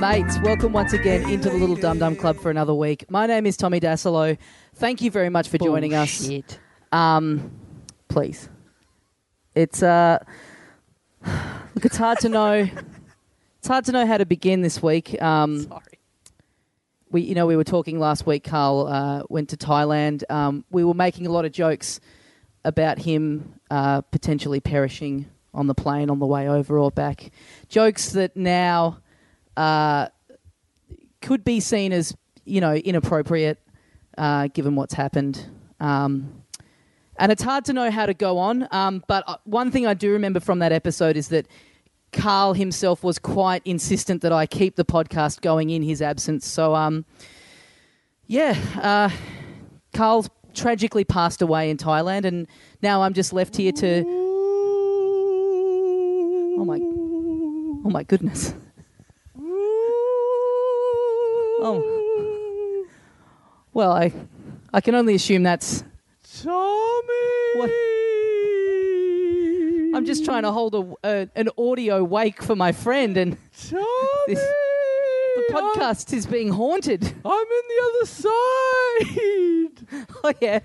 mates, welcome once again into the Little Dum Dum Club for another week. My name is Tommy Dasilo. Thank you very much for joining us. Bullshit. Um, please, it's uh, look, it's hard to know. It's hard to know how to begin this week. Um, Sorry. we, you know, we were talking last week. Carl uh, went to Thailand. Um, we were making a lot of jokes about him uh, potentially perishing on the plane on the way over or back. Jokes that now uh, could be seen as, you know, inappropriate uh, given what's happened. Um, and it's hard to know how to go on. Um, but uh, one thing I do remember from that episode is that Carl himself was quite insistent that I keep the podcast going in his absence. So, um, yeah, uh, Carl tragically passed away in Thailand, and now I'm just left here to. Oh my! Oh my goodness! Oh. Well, I, I can only assume that's. Tommy. What? I'm just trying to hold a, a an audio wake for my friend, and Tommy. This- the podcast is being haunted. I'm, I'm in the other side. Oh yeah.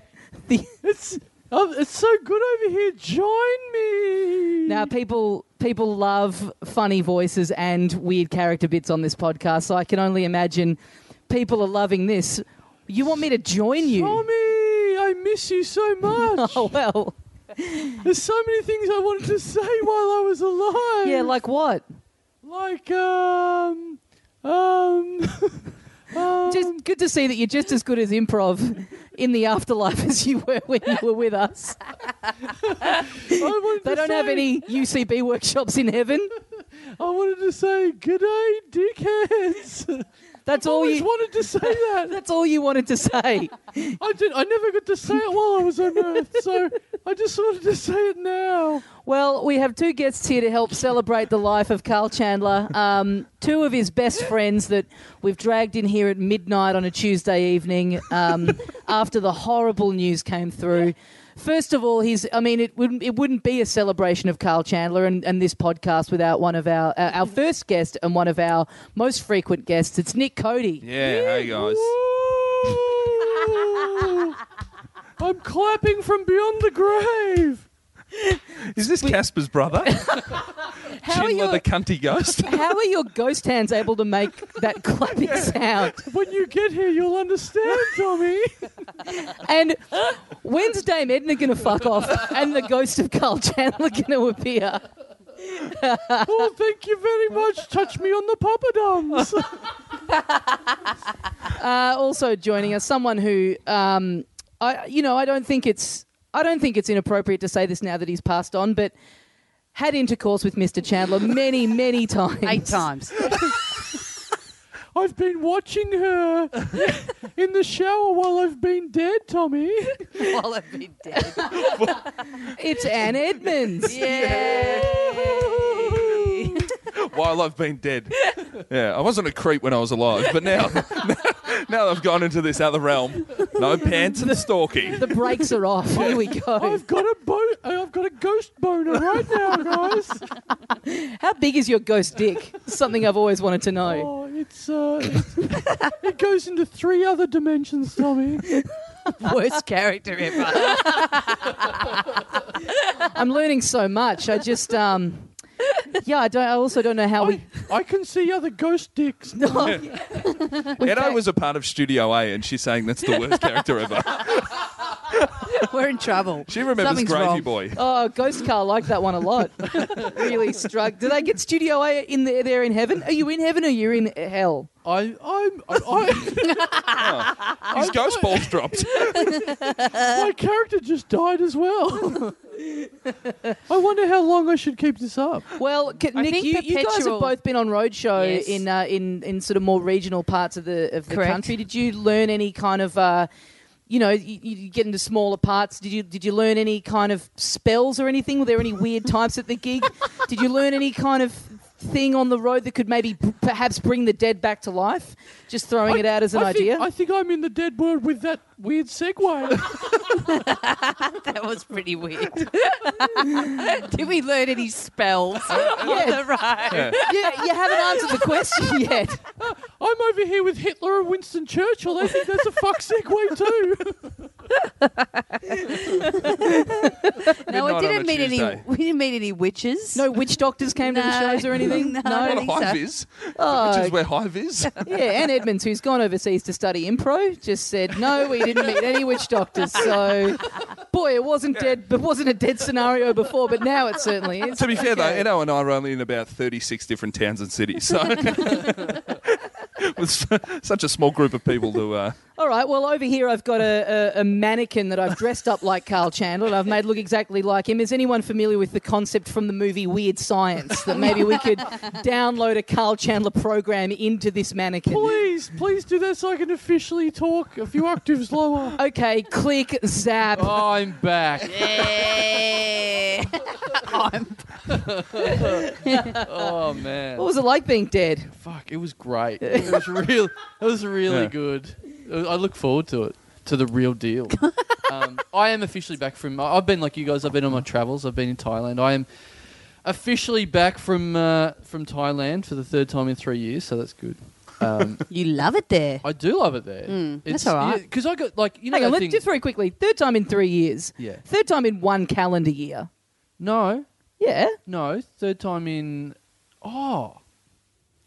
The, It's um, it's so good over here. Join me. now people people love funny voices and weird character bits on this podcast, so I can only imagine people are loving this. You want me to join you? Tommy, I miss you so much. Oh well. There's so many things I wanted to say while I was alive. Yeah, like what? like um um. um Just good to see that you're just as good as improv in the afterlife as you were when you were with us. I wanted They to don't have say- any UCB workshops in heaven. I wanted to say good day, dickheads. That's all always you wanted to say that. that's all you wanted to say. I did. I never got to say it while I was on Earth, so I just wanted to say it now. Well, we have two guests here to help celebrate the life of Carl Chandler. Um, two of his best friends that we've dragged in here at midnight on a Tuesday evening um, after the horrible news came through. First of all, he's. I mean, it wouldn't it wouldn't be a celebration of Carl Chandler and, and this podcast without one of our uh, our first guest and one of our most frequent guests. It's Nick Cody. Yeah, hey guys. Ooh. I'm clapping from beyond the grave. Is this Casper's brother? How are your the cunty ghost? How are your ghost hands able to make that clapping sound? When you get here, you'll understand, Tommy. And when's Dame Edna going to fuck off and the ghost of Carl Chandler going to appear? oh, thank you very much. Touch me on the poppadoms. Uh, also joining us, someone who, um, I, you know, I don't think it's, I don't think it's inappropriate to say this now that he's passed on, but had intercourse with Mr. Chandler many, many times. Eight times. I've been watching her in the shower while I've been dead, Tommy. While I've been dead. It's Anne Edmonds. Yay! While I've been dead. Yeah, I wasn't a creep when I was alive, but now, now that I've gone into this other realm, no pants and stalking. The brakes are off. Here we go. I've got a bo- I've got a ghost boner right now, guys. How big is your ghost dick? Something I've always wanted to know. Oh, it's uh, it's- it goes into three other dimensions, Tommy. Worst character ever. I'm learning so much. I just, um, yeah, I don't. I also don't know how we. I can see other ghost dicks. Edo was a part of Studio A, and she's saying that's the worst character ever. We're in trouble. She remembers Something's Gravy wrong. Boy. Oh, Ghost Car liked that one a lot. really struck. Do they get Studio A in there? They're in heaven. Are you in heaven or you're in hell? I I'm I, His ghost balls dropped. I my character just died as well. I wonder how long I should keep this up. Well, c- I Nick, think you, you guys have perpetual- both been on roadshow Yes. in uh, in in sort of more regional parts of the of the Correct. country. Did you learn any kind of? Uh, you know, you, you get into smaller parts. Did you did you learn any kind of spells or anything? Were there any weird types at the gig? did you learn any kind of thing on the road that could maybe p- perhaps bring the dead back to life? Just throwing it out as an I idea. Think, I think I'm in the dead world with that weird segue. That was pretty weird. Did we learn any spells on Yeah. the ride? Yeah. yeah, you haven't answered the question yet. I'm over here with Hitler and Winston Churchill. They think that's a fuck segue too. No, Midnight on we a didn't meet any. Tuesday. We didn't meet any witches. No witch doctors came to the No. shows or anything. No. What a think so. hive is, Oh, which is where hive is. yeah, Anne Edmonds, who's gone overseas to study impro, just said no. We didn't meet any witch doctors, so boy, it wasn't dead. It wasn't a dead scenario before, but now it certainly is. to be fair, though, Edo and I are only in about 36 different towns and cities, so with s- such a small group of people to. Uh, All right. Well, over here I've got a, a, a mannequin that I've dressed up like Carl Chandler and I've made look exactly like him. Is anyone familiar with the concept from the movie Weird Science that maybe we could download a Carl Chandler program into this mannequin? Please, please do that so I can officially talk a few octaves lower. Okay, click zap. I'm back. Yeah. I'm- Oh man. What was it like being dead? Fuck, it was great. It was real. It was really Yeah. good. I look forward to it, to the real deal. um, I am officially back from. I- I've been like you guys. I've been on my travels. I've been in Thailand. I am officially back from uh, from Thailand for the third time in three years. So that's good. Um, you love it there. I do love it there. Mm, that's all right. Because I got like you know Hang on, that let's thing. just very quickly. Third time in three years. yeah. Third time in one calendar year. No, Yeah. no. Third time in. Oh,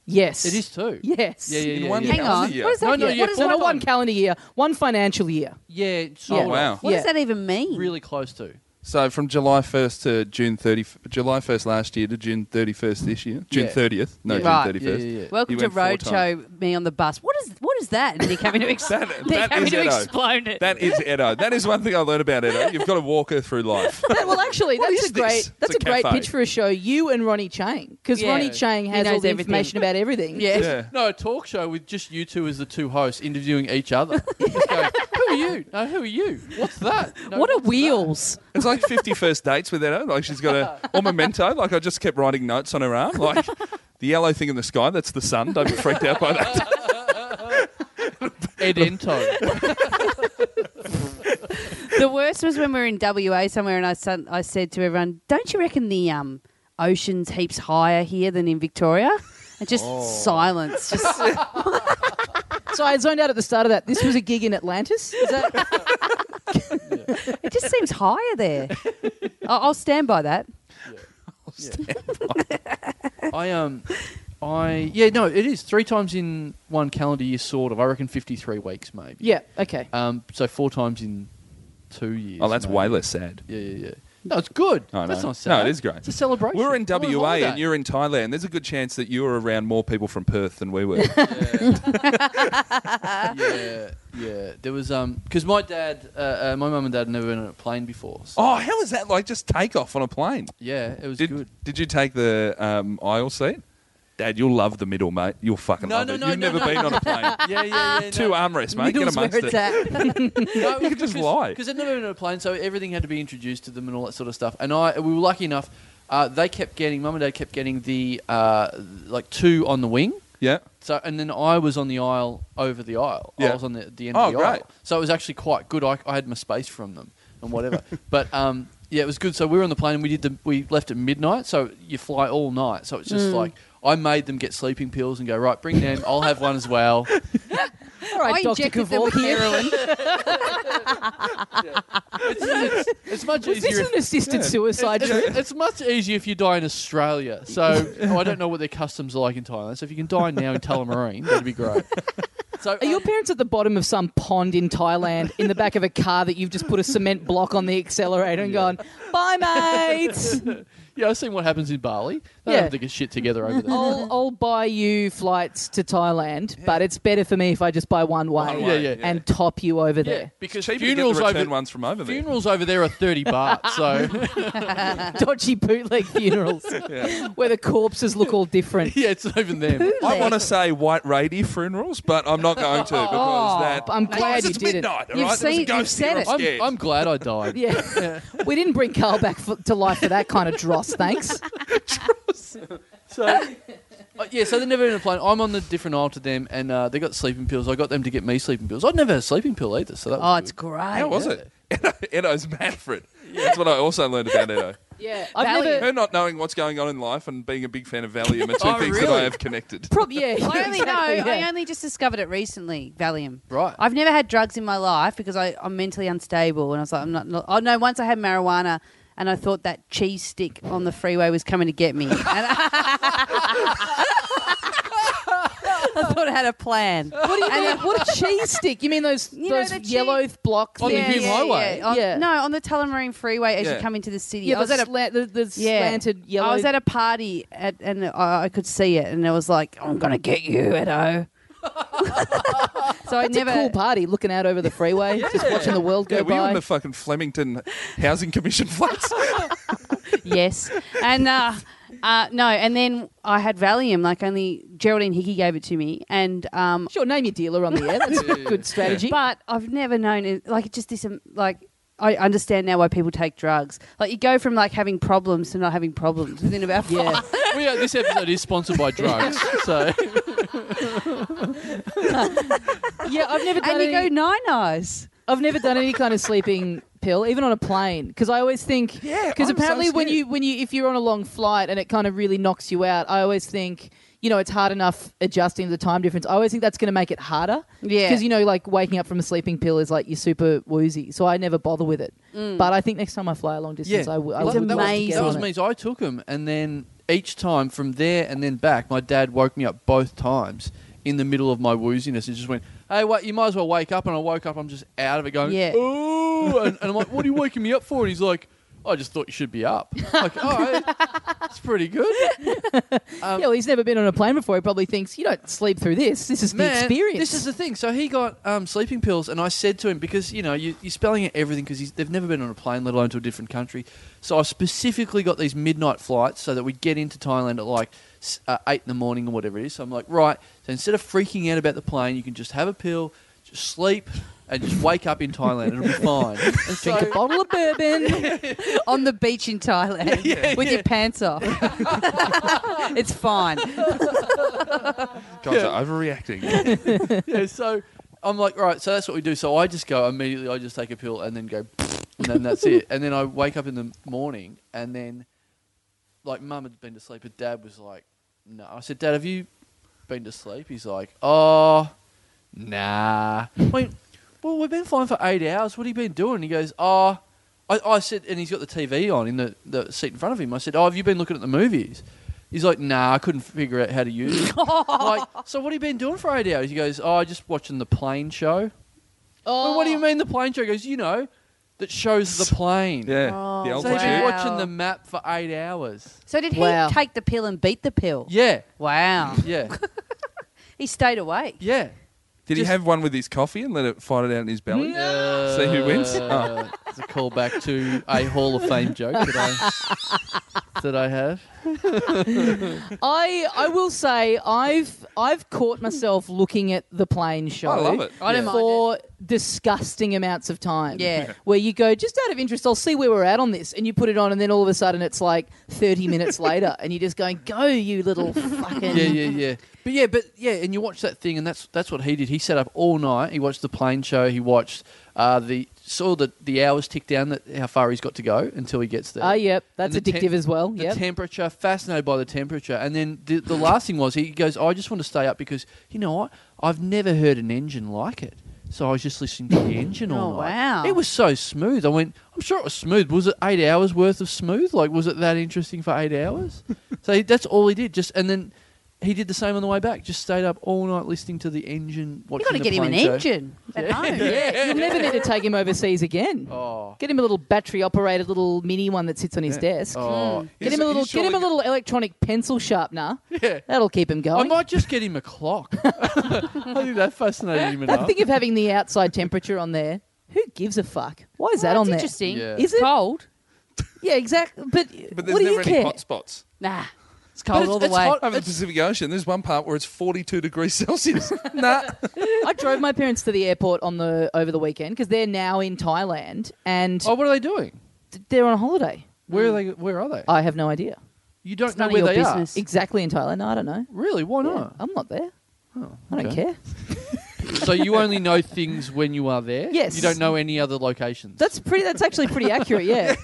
Yes. it is too. Yes. Yeah, yeah, In yeah. one yeah. Hang on. Yeah. What does that? No, no, what yeah, does No, full no, that, on. one calendar year, one financial year. Yeah. Sold Oh, wow. off. what does Yeah. that even mean? Really close to. So from July 1st to June 30th, July 1st last year to June 31st this year, June Yeah. 30th, no, Yeah. Right. June 31st. Yeah, yeah, yeah. Welcome You to went four Roadshow. Me on the bus. What is what is that? And they're coming to, ex- That- they're that coming is to Edo. explain it. That is Edo. That is one thing I learned about Edo. You've got to walk her through life. Yeah, well, actually, What that's is a great this? that's a, It's a great cafe. pitch for a show. You and Ronnie Chang, because Yeah. Ronnie Chang He has all knows the everything. information about everything. yeah. yeah. No, a talk show with just you two as the two hosts interviewing each other. Just going, who are you? No, who are you? What's that? No, what are what's that?" wheels? It's like 50 first dates with Edo. Like she's got a or memento. Like I just kept writing notes on her arm. Like the yellow thing in the sky, that's the sun. Don't be freaked out by that. Ed Ento. The worst was when we were in WA somewhere, and I said, I said to everyone, "Don't you reckon the um, ocean's heaps higher here than in Victoria?" And just silence. Just So I zoned out at the start of that. This was a gig in Atlantis. Is that? it just seems higher there. I- I'll stand by that. I um, I yeah, no, it is three times in one calendar year, sort of. I reckon 53 weeks, maybe. yeah. Okay. Um, so four times in two years. Oh, that's maybe. way less sad. Yeah, yeah, yeah. No, it's good. I That's know. not sad. No, it is great. It's a celebration. We're in We're on WA holiday. and you're in Thailand. There's a good chance that you were around more people from Perth than we were. yeah, yeah. There was um, because my dad, uh, uh, my mum and dad had never been on a plane before. So oh, how is that like just take off on a plane? yeah, it was Did, good. did you take the um, aisle seat? Dad, you'll love the middle, mate. You'll fucking No, love no, it. no, You've no, never no. been on a plane. Yeah, yeah, yeah. Two armrests, mate. Get Middle's where amongst it's it. at. No, You could just lie. because they'd never been on a plane, so everything had to be introduced to them and all that sort of stuff. And I, we were lucky enough. Uh, they kept getting mum and dad kept getting the uh, like two on the wing. Yeah. So and then I was on the aisle over the aisle. Yeah. I was on the, the end Oh, of the great. aisle. So it was actually quite good. I, I had my space from them and whatever. but um, yeah, it was good. So we were on the plane and we did the we left at midnight. So you fly all night. So it's just Mm. like I made them get sleeping pills and go right, bring them. I'll have one as well. All right, I Doctor injected them with Kevorkian. heroin. It's, it's- it's much Was this easier. if- an assisted suicide it's, trip? it's- it's much easier if you die in Australia. So oh, I don't know what their customs are like in Thailand. So if you can die now in Tullamarine, that'd be great. So Are your um, parents at the bottom of some pond in Thailand in the back of a car that you've just put a cement block on the accelerator and gone, bye, mates? yeah, I've seen what happens in Bali. Yeah. Oh, They don't have to get shit together over there. I'll, I'll buy you flights to Thailand, but it's better for me if I just buy one way One yeah, way, yeah. and top you over there. because Cheaper funerals to get the over return ones from over there. funerals over there are thirty baht. So Dodgy bootleg funerals Yeah. where the corpses look all different. yeah, it's even them. I want to say white reindeer funerals, but I'm not going to because Oh, that. I'm glad Guys, you it's didn't. midnight, all You've right? There was a seen- ghost you've said here, it. I'm I'm, scared. I'm glad I died. Yeah. we didn't bring Carl back for, to life for that kind of dross, thanks. So, uh, yeah, so they're never in a plane. I'm on the different aisle to them, and uh, they got sleeping pills. I got them to get me sleeping pills. I'd never had a sleeping pill either, so that Oh, was it's good. great. How was it? Edo's Manfred. That's what I also learned about Edo. Yeah, I've Valium. never. Her not knowing what's going on in life and being a big fan of Valium are two Oh, things that I really? have connected. Prob- yeah, I only exactly, know. yeah. I only just discovered it recently. Valium. Right. I've never had drugs in my life because I, I'm mentally unstable, and I was like, I'm not. not oh no! Once I had marijuana, and I thought that cheese stick on the freeway was coming to get me. And I, I thought I had a plan. What do you mean? what a cheese stick? You mean those You know, those the cheese- yellow blocks? On the there? Hume Highway? On- Yeah. No, on the Tullamarine Freeway as Yeah. you come into the city. Yeah, I was at a sla- the, the slanted yellow. I was at a party at, and I, I could see it, and it was like, "I'm gonna get you, Edo." so I It's never. a cool party looking out over the freeway, just watching the world go yeah, were you by. in the fucking Flemington Housing Commission flats? yes, and uh, uh, no, and then I had Valium. Like only Geraldine Hickey gave it to me, and um, sure, name your dealer on the air. That's a good strategy. but I've never known it. Like it's just this. um, Like I understand now why people take drugs. Like you go from like having problems to not having problems within about five. yeah, We are, this episode is sponsored by drugs, so yeah. I've never done And you any, go nine eyes. I've never done any kind of sleeping pill, even on a plane, because I always think Yeah, because I'm so apparently when scared. you when you if you're on a long flight and it kind of really knocks you out, I always think you know it's hard enough adjusting to the time difference. I always think that's going to make it harder. Yeah. because you know like waking up from a sleeping pill is like you're super woozy, so I never bother with it. Mm. But I think next time I fly a long distance, I w- I It's would love to amazing. get That on was it. me. So I took them, and then each time from there and then back, my dad woke me up both times in the middle of my wooziness and just went, "Hey, what? You might as well wake up." And I woke up. I'm just out of it, going, Yeah. "Ooh!" And, and I'm like, "What are you waking me up for?" And he's like. I just thought you should be up. Like, all right, it's pretty good. Um, yeah, well, he's never been on a plane before. He probably thinks you don't sleep through this. This is the Man, experience. This is the thing. So he got um, sleeping pills, and I said to him because you know you, you're spelling out everything because they've never been on a plane, let alone to a different country. So I specifically got these midnight flights so that we get into Thailand at like s- uh, eight in the morning or whatever it is. So I'm like, right. So instead of freaking out about the plane, you can just have a pill, just sleep, and just wake up in Thailand. It'll be fine. And drink so- a bottle of bourbon. on the beach in Thailand Yeah, with your pants off. it's fine. Guys are overreacting. yeah, so I'm like, right, so that's what we do. So I just go immediately, I just take a pill and then go, and then that's it. And then I wake up in the morning, and then, like, mum had been to sleep, but dad was like, no. I said, Dad, have you been to sleep? He's like, oh, nah. I went, well, we've been flying for eight hours. What have you been doing? He goes, oh, I, I said, and he's got the TV on in the, the seat in front of him. I said, oh, have you been looking at the movies? He's like, nah, I couldn't figure out how to use it. like, so what have you been doing for eight hours? He goes, oh, just watching the plane show. Oh, Well, what do you mean the plane show? He goes, you know, that shows the plane. Yeah, Oh, the old So he's been Wow. watching the map for eight hours. So did he Wow. take the pill and beat the pill? Yeah, Wow. yeah, He stayed awake. yeah. Did he Just- have one with his coffee and let it fight it out in his belly? Mm. Uh, See who wins? It's a callback to a Hall of Fame joke that I, that I have. I I will say I've I've caught myself looking at the plane show. I love it. I don't Yeah. mind. For disgusting amounts of time. Yeah. Yeah. Where you go, just out of interest, I'll see where we're at on this. And you put it on, and then all of a sudden it's like 30 minutes later, and you're just going, go, you little fucking. yeah, yeah, yeah. But yeah, but yeah, and you watch that thing, and that's that's what he did. He sat up all night. He watched the plane show. He watched uh, the saw the the hours tick down that how far he's got to go until he gets there. Oh, yep. That's And the addictive tem- as well. The Yep. temperature, fascinated by the temperature, and then the, the last thing was he goes, "I just want to stay up because you know what? I've never heard an engine like it." So I was just listening to the engine all Oh, night. wow. It was so smooth. I went, I'm sure it was smooth. Was it eight hours worth of smooth? Like, was it that interesting for eight hours? so he, that's all he did. Just and then he did the same on the way back. Just stayed up all night listening to the engine. You Watching got to the get him an plane show. engine at home. Yeah, You'll never need to take him overseas again. Oh, Get him a little battery operated little mini one that sits on his desk. oh, Get He's- him a little, he's get him a surely- little electronic pencil sharpener. yeah. That'll keep him I going. might just get him a clock. I think that fascinated him That enough. thing of having the outside temperature on there. Who gives a fuck? Why is that on there? Is interesting. Yeah. it? cold? Yeah, exactly. But, But there's what do never you any care? hot spots. Nah. It's But cold it's- all the it's way. hot. Over the Pacific Ocean, there's one part where it's 42 degrees Celsius. nah. I drove my parents to the airport on the over the weekend because they're now in Thailand and Oh, what are they doing? they're on holiday. Where are they? Where are they? I have no idea. You don't Mm. It's know none of where your they business. are. Exactly in Thailand. No, I don't know. Really? Why Yeah, not? I'm not there. Oh, I don't okay. care. so you only know things when you are there. Yes. You don't know any other locations. That's pretty. That's actually pretty accurate. Yeah.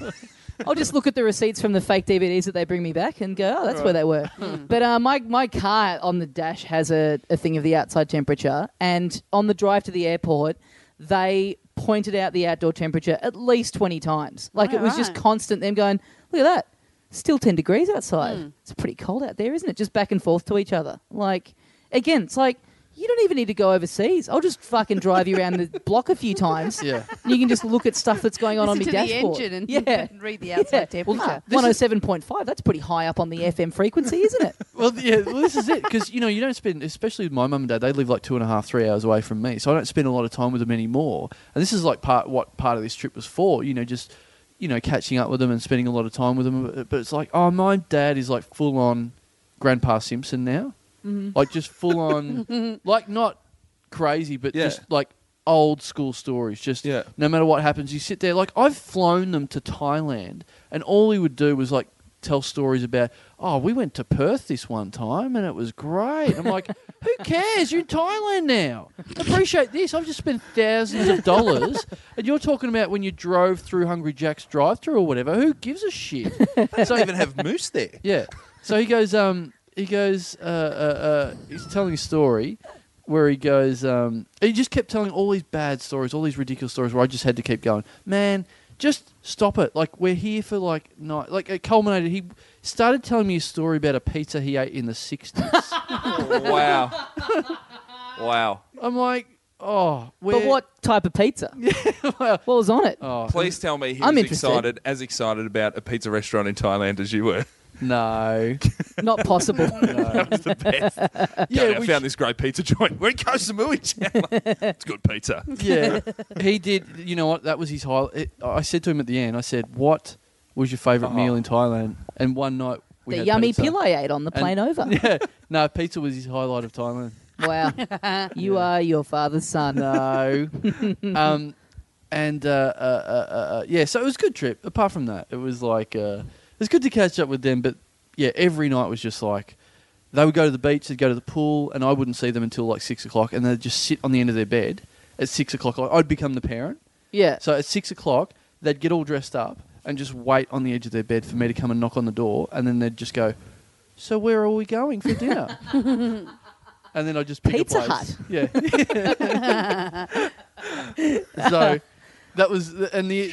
I'll just look at the receipts from the fake DVDs that they bring me back and go, oh, that's where they were. but uh, my my car on the dash has a, a thing of the outside temperature, and on the drive to the airport, they pointed out the outdoor temperature at least twenty times. Like it was just Alright. constant. Them going, look at that, still ten degrees outside. It's pretty cold out there, isn't it? Just back and forth to each other. Like again, it's like. You don't even need to go overseas. I'll just fucking drive you around the block a few times. yeah. And you can just look at stuff that's going on Listen on to my the dashboard. engine and, yeah. and read the outside Yeah. temperature. Ah. Well, 107.5, that's pretty high up on the FM frequency, isn't it? Well, th- yeah. Well, this is it because you know you don't spend, especially with my mum and dad. They live like two and a half, three hours away from me, so I don't spend a lot of time with them anymore. And this is like part what part of this trip was for. You know, just you know catching up with them and spending a lot of time with them. But- But it's like, oh, my dad is like full on Grandpa Simpson now, like just full on, like not crazy, but Yeah. just like old school stories. Just Yeah. no matter what happens, you sit there. Like I've flown them to Thailand, and all he would do was like tell stories about. Oh, we went to Perth this one time, and it was great. I'm like, who cares? You're in Thailand now. Appreciate this. I've just spent thousands of dollars, and you're talking about when you drove through Hungry Jack's drive-through or whatever. Who gives a shit? They don't even have moose there. Yeah. So he goes, um, he goes, uh, uh, uh, he's telling a story where he goes, um, he just kept telling all these bad stories, all these ridiculous stories where I just had to keep going, man, just stop it. Like, we're here for like night. Like, it culminated. He started telling me a story about a pizza he ate in the 60s. Wow. wow. I'm like, oh, where? but what type of pizza? what was on it? Oh, Please tell me he I'm was interested. excited, as excited about a pizza restaurant in Thailand as you were. no. Not possible. no. That was the best. Yeah, yeah, I we found this great pizza joint. We're in Koh Samui, Chandler. It's good pizza. yeah, he did. You know what? That was his highlight. It, I said to him at the end, I said, "What was your favourite Oh. meal in Thailand?" And one night we the had yummy pizza. pillow I ate on the plane over. Yeah, no, pizza was his highlight of Thailand. Wow. you are your father's son. Uh, No, um, and uh, uh, uh, uh, uh, yeah, so it was a good trip. Apart from that, it was like uh, it was good to catch up with them. But yeah, every night was just like. They would go to the beach, they'd go to the pool, and I wouldn't see them until like six o'clock, and they'd just sit on the end of their bed at six o'clock. I- I'd become the parent, Yeah. So at six o'clock, they'd get all dressed up and just wait on the edge of their bed for me to come and knock on the door, and then they'd just go, "So where are we going for dinner?" and then I'd just pick Pizza a place. Yeah. so that was the- and the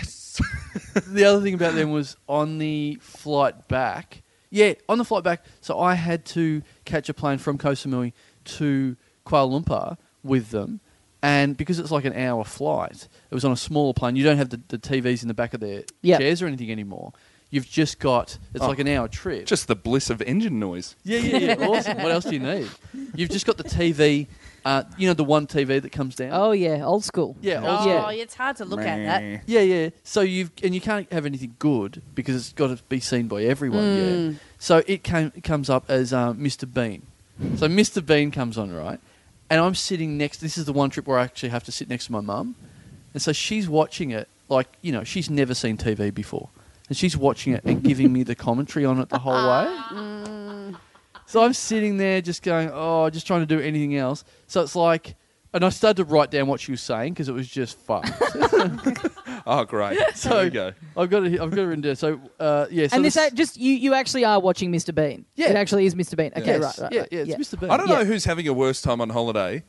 the other thing about them was on the flight back. Yeah, on the flight back. So I had to catch a plane from Koh Samui to Kuala Lumpur with them. And because it's like an hour flight, it was on a smaller plane. You don't have the, the TVs in the back of their Yep. chairs or anything anymore. You've just got, it's Oh. like an hour trip. Just the bliss of engine noise. Yeah, yeah, yeah. awesome. What else do you need? You've just got the TV, uh, you know, the one TV that comes down. Oh, yeah. Old school. yeah, old Oh, school. Yeah. it's hard to look at that. Yeah, yeah. So you've and you can't have anything good because it's got to be seen by everyone. Mm. Yeah. So it came it comes up as um, Mr. Bean. So Mr. Bean comes on right, and I'm sitting next. This is the one trip where I actually have to sit next to my mum, and so she's watching it like you know she's never seen TV before, and she's watching it and giving me the commentary on it the whole way. So I'm sitting there just going, oh, just trying to do anything else. So it's like, and I started to write down what she was saying because it was just fucked. Oh, great. So, So- there you go. I've got it. I've got it written down. So, uh, yeah. So and this the s- act- just you, you actually are watching Mr. Bean. Yeah. It actually is Mr. Bean. Okay, Yes, right, right. yeah, right. yeah. It's Mr. Bean. I don't Yeah. know who's having a worse time on holiday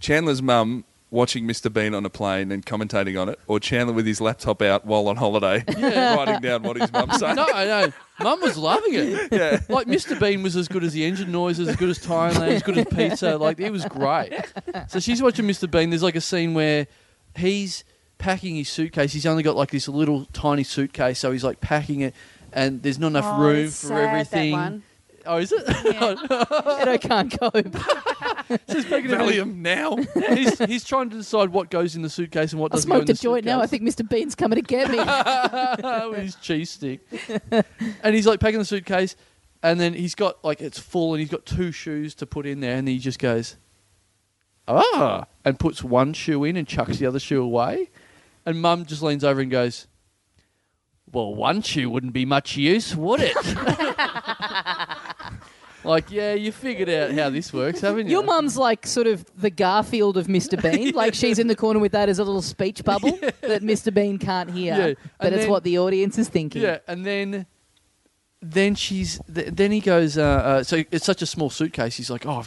Chandler's mum watching Mr. Bean on a plane and commentating on it, or Chandler with his laptop out while on holiday writing down what his mum's saying. No, I know. Mum was loving it. Yeah. Like Mr. Bean was as good as the engine noise, as good as Thailand, as good as pizza. Like it was great. So she's watching Mr. Bean. There's like a scene where he's packing his suitcase. He's only got like this little tiny suitcase, so he's like packing it, and there's not enough Oh, room it's for sad, that everything. one. Oh, is it? Yeah. Edo can't cope. So he's, packing everything. Valium now. he's he's trying to decide what goes in the suitcase and what I doesn't go in smoked the a joint now. I suitcase. think Mr. Bean's coming to get me. with his cheese stick. and he's like packing the suitcase, and then he's got like it's full, and he's got two shoes to put in there, and he just goes, ah, and puts one shoe in and chucks the other shoe away. And mum just leans over and goes, well, one shoe wouldn't be much use, would it? like, yeah, you figured out how this works, haven't you? Your mum's like sort of the Garfield of Mr. Bean. Like she's in the corner with that as a little speech bubble that Mr. Bean can't hear, Yeah, but and it's then- what the audience is thinking. Yeah, and then then she's th- then he goes. Uh, uh, so it's such a small suitcase. He's like, oh.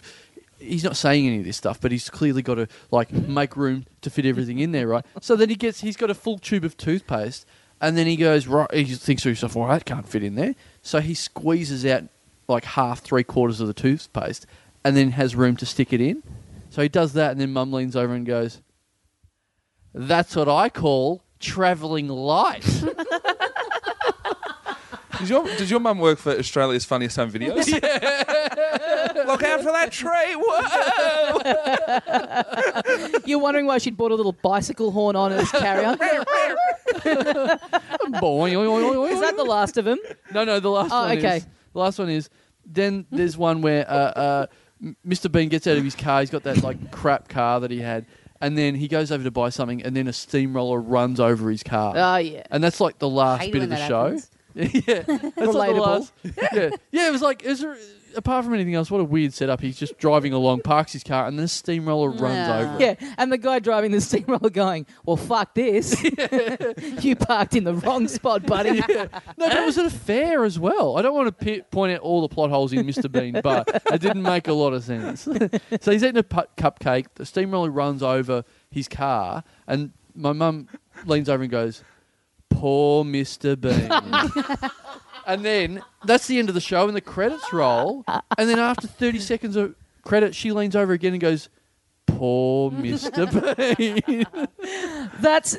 He's not saying any of this stuff, but he's clearly got to like make room to fit everything in there, right? So then he gets, he's got a full tube of toothpaste, and then he goes right. He thinks to himself, "All right, can't fit in there." So he squeezes out like half, three quarters of the toothpaste, and then has room to stick it in. So he does that, and then Mum leans over and goes, "That's what I call traveling light." Does your, does your mum work for Australia's Funniest Home Videos? Look out for that tree. Whoa. You're wondering why she'd bought a little bicycle horn on as carrier. Is that the last of them? No, no, the last Oh, one. okay. Is, the last one is. Then there's one where uh, uh, M- Mr. Bean gets out of his car. He's got that like crap car that he had, and then he goes over to buy something, and then a steamroller runs over his car. Oh yeah. and that's like the I last hate bit when of the that show. happens. yeah, that's like the Relatable. last. Yeah, yeah. It was like, is there, apart from anything else, what a weird setup. He's just driving along, parks his car, and then a steamroller runs Nah. over. it. Yeah, and the guy driving the steamroller going, "Well, fuck this! you parked in the wrong spot, buddy." No, but it was at a fair as well. I don't want to pi point out all the plot holes in Mr. Bean, but it didn't make a lot of sense. so he's eating a pu- cupcake. The steamroller runs over his car, and my mum leans over and goes, "Poor Mr. Bean." and then that's the end of the show, and the credits roll. And then after thirty seconds of credit, she leans over again and goes. Poor Mr. Bean. That's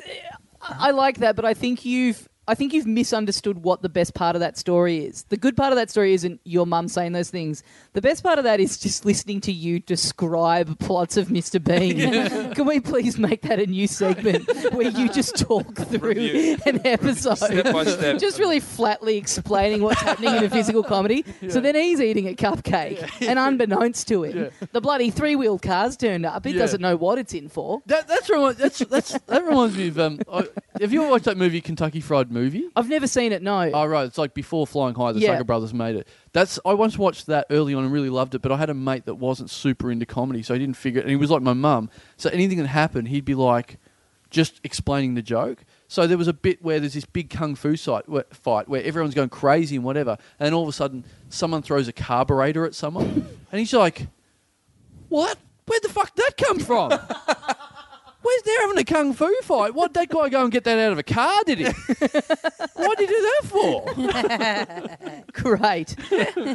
I like that, but I think you've I think you've misunderstood what the best part of that story is. The good part of that story isn't your mum saying those things. The best part of that is just listening to you describe plots of Mr. Bean. Can we please make that a new segment where you just talk through Review. an episode? Step by step. Just really flatly explaining what's happening in a physical comedy. So then he's eating a cupcake, and unbeknownst to him, the bloody three wheeled car's turned up. He Yeah. doesn't know what it's in for. That, that's, remi- that's, that's that reminds me of. Um, I, have you ever watched that movie, Kentucky Fried Movie? I've never seen it, no. Oh right, it's like before Flying High, the Yeah. Sucker Brothers made it. That's I once watched that early on and really loved it, but I had a mate that wasn't super into comedy, so he didn't figure it. And he was like my mum, so anything that happened, he'd be like, just explaining the joke. So there was a bit where there's this big kung fu site, where, fight where everyone's going crazy and whatever, and then all of a sudden someone throws a carburetor at someone, and he's like, "What? Where the fuck did that come from?" Where's they're having a kung fu fight? Why'd that guy go and get that out of a car, did he? Why'd he do that for? Great.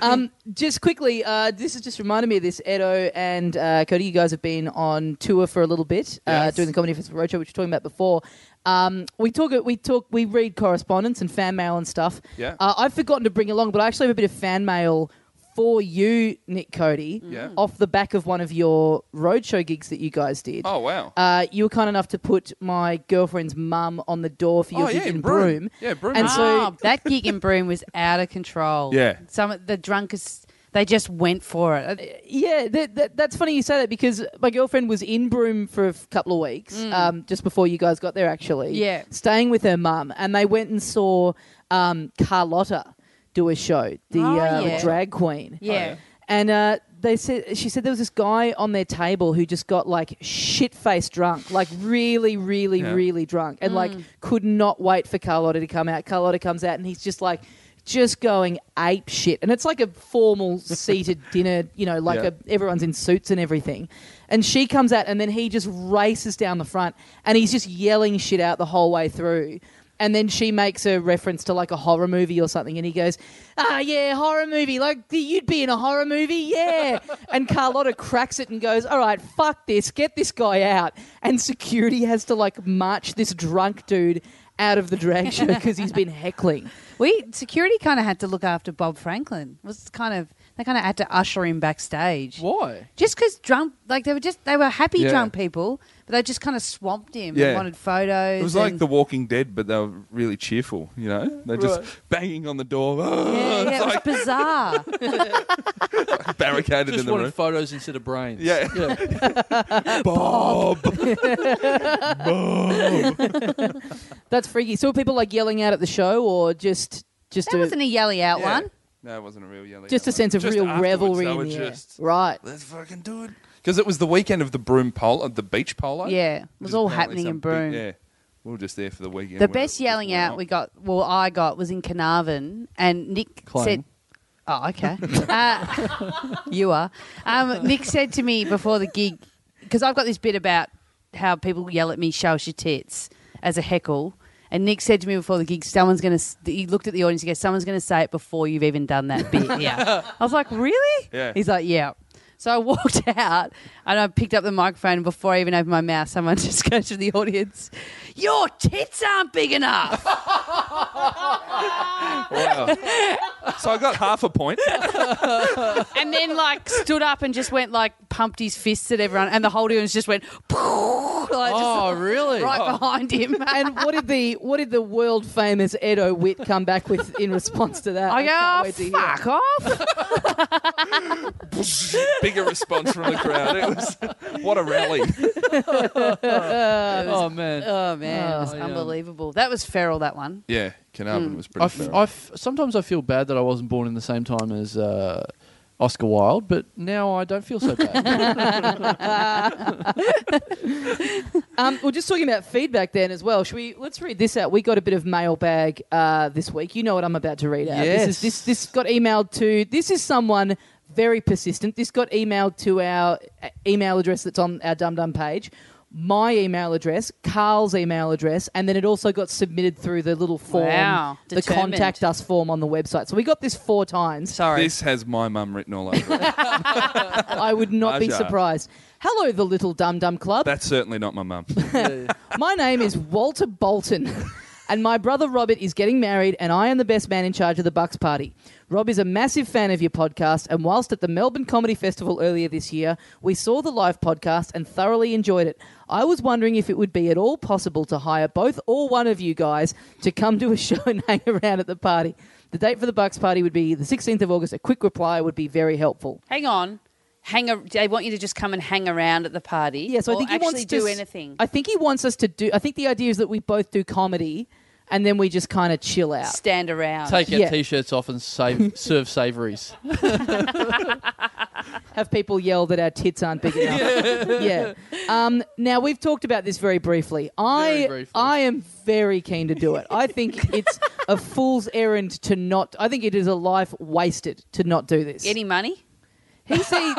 um, just quickly, uh, this has just reminded me of this. Edo and uh, Cody, you guys have been on tour for a little bit uh, Yes. doing the Comedy Festival Roadshow, which we were talking about before. Um, we talk, we talk, we read correspondence and fan mail and stuff. Yeah. Uh, I've forgotten to bring along, but I actually have a bit of fan mail for you, Nick Cody, Mm. Yeah. off the back of one of your roadshow gigs that you guys did. Oh, wow. Uh, you were kind enough to put my girlfriend's mum on the door for your oh, gig yeah, in Broome. Yeah, broom. And was- so- Oh, that gig in Broome was out of control. Yeah. Some of the drunkest, they just went for it. Yeah, that, that, that's funny you say that because my girlfriend was in Broome for a f- couple of weeks, um, just before you guys got there, actually. Mm. Yeah. Staying with her mum, and they went and saw um, Carlotta do a show, the, Oh, uh, the yeah. drag queen. Oh, Yeah. And uh, they said she said there was this guy on their table who just got like shit faced drunk, like really, really, Yeah. really drunk, and like Mm. could not wait for Carlotta to come out. Carlotta comes out, and he's just like. Just going ape shit, and it's like a formal seated dinner, you know, like Yeah. a, everyone's in suits and everything. And she comes out, and then he just races down the front, and he's just yelling shit out the whole way through. And then she makes a reference to like a horror movie or something, and he goes, "Ah, yeah, horror movie. Like th- you'd be in a horror movie, yeah." and Carlotta cracks it and goes, "All right, fuck this. Get this guy out." And security has to like march this drunk dude out of the drag show because he's been heckling. We security kind of had to look after Bob Franklin. Was kind of they kind of had to usher him backstage. Why? Just because drunk, like they were just they were happy Yeah. drunk people, but they just kind of swamped him. Yeah. and wanted photos. It was like and- The Walking Dead, but they were really cheerful. You know, they're just Right. banging on the door, Ah, yeah, yeah, it was bizarre. barricaded Just in the wanted room. photos instead of brains. Yeah. yeah. Bob. That's freaky. So were people like yelling out at the show, or just just that a wasn't a yelly out Yeah. one. No, it wasn't a real yelling. just a sense of real revelry in the air. right? Let's fucking do it. Because it was the weekend of the broom polo, the beach polo. Yeah, it which was is all apparently happening in some Broome. big- yeah, we were just there for the weekend. The where it best just yelling went out on. we got, well, I got was in Carnarvon, and Nick Clone. said, "Oh, okay, uh, you are." Um, Nick said to me before the gig, because I've got this bit about how people yell at me, "Show us your tits" as a heckle. And Nick said to me before the gig, "Someone's gonna." s- He looked at the audience. He goes, "Someone's gonna say it before you've even done that bit." Yeah, I was like, "Really?" Yeah. He's like, "Yeah." So I walked out and I picked up the microphone. And before I even opened my mouth, someone just goes to the audience, Your tits aren't big enough. Wow. so I got half a point. and then, like, stood up and just went, like, pumped his fists at everyone. And the whole audience just went, like, Oh, just, really? Right behind him. And what did the what did the world famous Edo Witt come back with in response to that? I can't go, wait to hear. fuck off. Bigger response from the crowd. It was what a rally. Oh man. uh, Oh, man. It was Oh, yeah. unbelievable. That was feral, that one. Yeah, Carnarvon was I pretty. f- fair. I f- sometimes I feel bad that I wasn't born in the same time as uh, Oscar Wilde, but now I don't feel so bad. Um, we're just talking about feedback then as well. Should we? Let's read this out. We got a bit of mailbag uh, this week. You know what I'm about to read out. This Yes. is this this got emailed to. This is someone very persistent. This got emailed to our uh, email address that's on our Dum Dum page. My email address, Carl's email address, and then it also got submitted through the little form, Wow. the Determined. contact us form on the website. So we got this four times. Sorry. This has my mum written all over it. I would not be Pleasure. surprised. Hello, the little Dum Dum Club. That's certainly not my mum. My name is Walter Bolton, and my brother Robert is getting married, and I am the best man in charge of the Bucks party. Rob is a massive fan of your podcast, and whilst at the Melbourne Comedy Festival earlier this year, we saw the live podcast and thoroughly enjoyed it. I was wondering if it would be at all possible to hire both or one of you guys to come to a show and hang around at the party. The date for the Bucks party would be the 16th of August. A quick reply would be very helpful. Hang on. Hang a, they want you to just come and hang around at the party. Yeah, so I or think he actually wants to do s- anything. I think he wants us to do. I think the idea is that we both do comedy, and then we just kind of chill out. Stand around. Take our Yeah. t-shirts off and save, serve savouries. Have people yell that our tits aren't big enough. yeah. Um, now we've talked about this very briefly. I Very briefly. I am very keen to do it. I think it's a fool's errand to not. I think it is a life wasted to not do this. Any money? he see,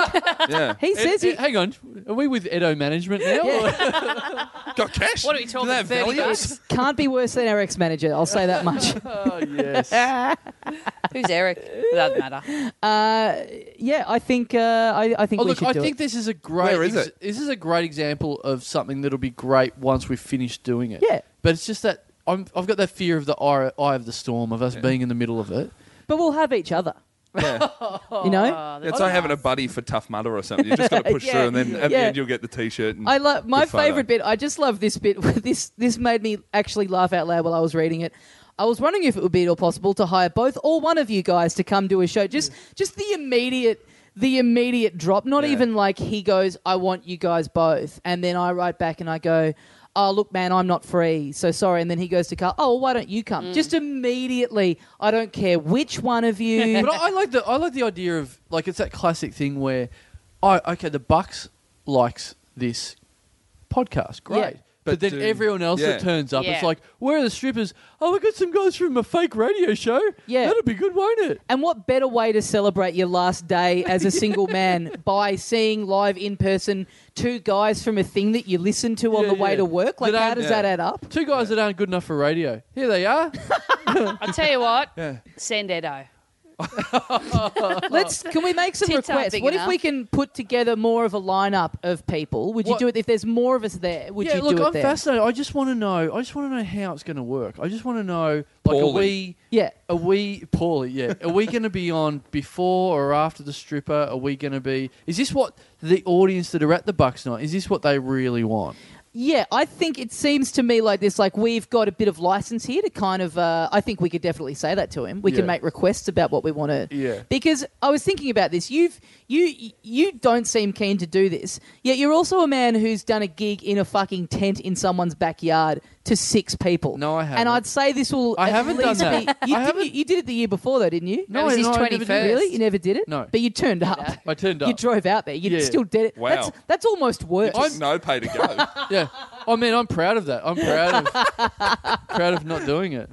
Yeah. he says he. Eh, eh, hang on, are we with Edo Management now? Yeah. Got cash? What are we Do talking they have about? 30 values? bucks? Can't be worse than our ex manager. I'll say that much. oh yes. Ah, Who's Eric? Doesn't matter. Uh, yeah, I think. Uh, I, I think Oh, we look, should I do it. think this is a great. Where is it? This is a great example of something that'll be great once we finish doing it. Yeah. But it's just that I'm, I've got that fear of the eye, eye of the storm of us being in the middle of it. But we'll have each other. Yeah. You know. Oh. It's like having a buddy for Tough Mudder or something. You just got to push Yeah. through, and then at Yeah. the end you'll get the T-shirt. And I love my good photo. favorite bit. I just love this bit. This this made me actually laugh out loud while I was reading it. I was wondering if it would be at all possible to hire both or one of you guys to come do a show. Just just the immediate the immediate drop. Not Yeah. even like he goes, "I want you guys both," and then I write back and I go. Oh look, man! I'm not free, so sorry. And then he goes to Carl. Oh, well, why don't you come? Just immediately. I don't care which one of you. but I, I like the I like the idea of like it's that classic thing where, I okay, the Bucks likes this podcast, great. Yeah. But, But then do- everyone else yeah. that turns up, it's Yeah. like, where are the strippers? Oh, we got some guys from a fake radio show. Yeah. that'll be good, won't it? And what better way to celebrate your last day as a single man by seeing live in person two guys from a thing that you listen to on Yeah, the way yeah. to work? Like, That how aren't- does yeah. that add up? Two guys that aren't good enough for radio. Here they are. I'll tell you what. Yeah. Send Edo. Let's can we make some Tits aren't requests? big What if enough. we can put together more of a lineup of people? Would you What- do it if there's more of us there? Would yeah, you look, do it I'm there? fascinated. I just want to know. I just want to know how it's going to work. I just want to know, like, Paulie. are we, Yeah. are we, Paulie? Yeah, are we going to be on before or after the stripper? Are we going to be? Is this what the audience that are at the Bucks night? Is this what they really want? Yeah, I think it seems to me like this. Like we've got a bit of license here to kind of. Uh, I think we could definitely say that to him. We Yeah. can make requests about what we want to. Yeah. Because I was thinking about this. You've you you don't seem keen to do this. Yet you're also a man who's done a gig in a fucking tent in someone's backyard to six people. No, I haven't. And I'd say this will. I at haven't done least that. Be, you, I didn't- haven't- you, you did it the year before though, didn't you? That was I- his I never did it. 21st. Really? You never did it? No. But you turned up. I turned up. You drove out there. You Yeah. still did it. Wow. That's, that's almost worse. Just no pay to go. yeah. I mean, I'm proud of that. I'm proud of proud of not doing it.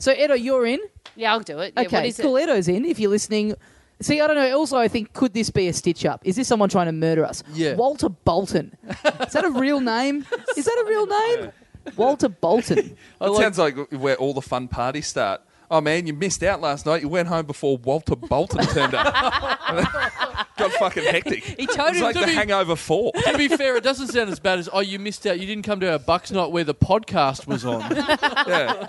So Edo, you're in. Yeah, I'll do it. Yeah, what Okay, is it? Coletto's in. If you're listening, see, I don't know. Also, I think could this be a stitch up? Is this someone trying to murder us? Yeah. Walter Bolton. Is that a real name? Is that a real name? Walter Bolton. I It like- sounds like where all the fun parties start. Oh man, you missed out last night. You went home before Walter Bolton turned up. Got fucking hectic. He told it's him like to the be- Hangover Four. To be fair, it doesn't sound as bad as oh, you missed out. You didn't come to our Bucks night where the podcast was on. Yeah.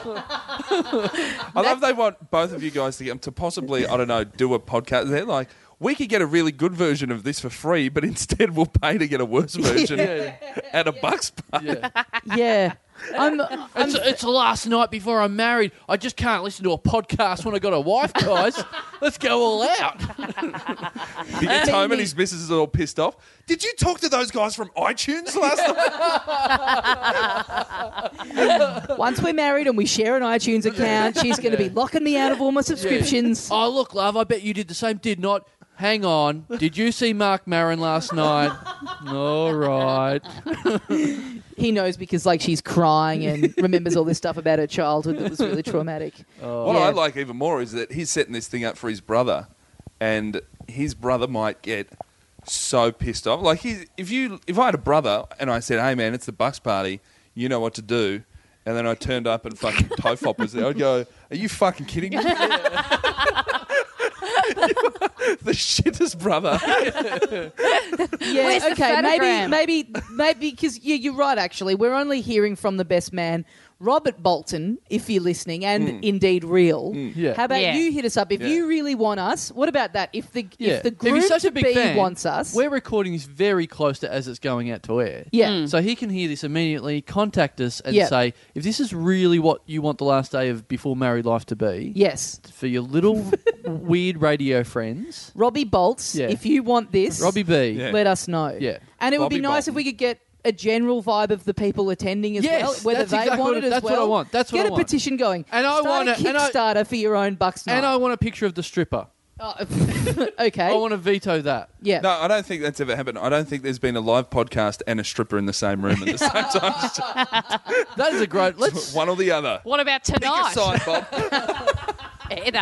I love they want both of you guys to get them to possibly, I don't know, do a podcast. They're like, we could get a really good version of this for free, but instead we'll pay to get a worse version Yeah. at a bucks party. Yeah. Yeah. I'm. It's, it's the last night before I'm married. I just can't listen to a podcast when I got a wife, guys. Let's go all out. He gets Maybe. home and his missus is all pissed off. Did you talk to those guys from iTunes last night? Once we're married and we share an iTunes account, she's going to Yeah. be locking me out of all my subscriptions. Oh, look, love, I bet you did the same. Did not. Hang on. Did you see Mark Maron last night? All right. He knows because like she's crying and remembers all this stuff about her childhood that was really traumatic. Oh. What Yeah. I like even more is that he's setting this thing up for his brother, and his brother might get so pissed off. Like he, if you, if I had a brother and I said, "Hey man, it's the Bucks party, you know what to do," and then I turned up and fucking Tofop was there, I'd go, "Are you fucking kidding me?" the shittest brother. Yeah, Where's the okay, photograph? maybe, maybe, maybe, because yeah, you're right. Actually, we're only hearing from the best man, Robert Bolton, if you're listening, and indeed real. Mm. Yeah. How about Yeah. you hit us up if Yeah. you really want us? What about that? If the Yeah. if the he's group such to a big be fan, wants us, We're recording this very close to as it's going out to air. yeah, Mm. So he can hear this immediately, contact us, and Yeah. say, if this is really what you want the last day of before married life to be, yes, for your little weird radio friends, Robbie Bolts, Yeah. if you want this, Robbie B. Yeah. let us know. Yeah. and it would be Robbie nice if Bolton. we could get. A general vibe of the people attending as Yes, well, whether that's they exactly want what- it as that's what well. I want. That's what Get I a want. petition going, And I Start want a it- and I- Kickstarter for your own bucks. And night. I want a picture of the stripper. Oh, okay. I want to veto that. yeah. No, I don't think that's ever happened. I don't think there's been a live podcast and a stripper in the same room at the same time. That is a great. Just Let's. one or the other. What about Pick a tonight? side, Bob. Edo.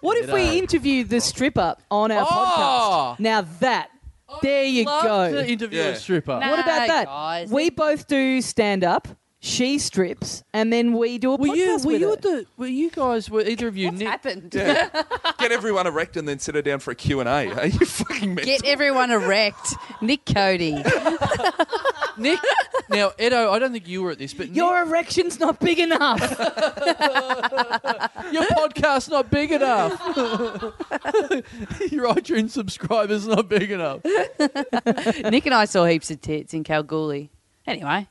What if Ditto. we interview the stripper on our Oh! podcast? Now that, there you Love go. To interview Yeah. a stripper. Nah. what Ah, about that? guys. We both do stand up. She strips, and then we do a Were podcast you? Were with you her. at the? Were you guys? Were either of you? What's Nick? happened? Yeah. Get everyone erect and then sit her down for a Q&A. Are you fucking mental? Get everyone erect. Nick Cody. Nick. Now, Edo, I don't think you were at this, but Your erection's not big enough. Nick, your podcast's not big enough. your iTunes subscribers not big enough. Nick and I saw heaps of tits in Kalgoorlie. Anyway,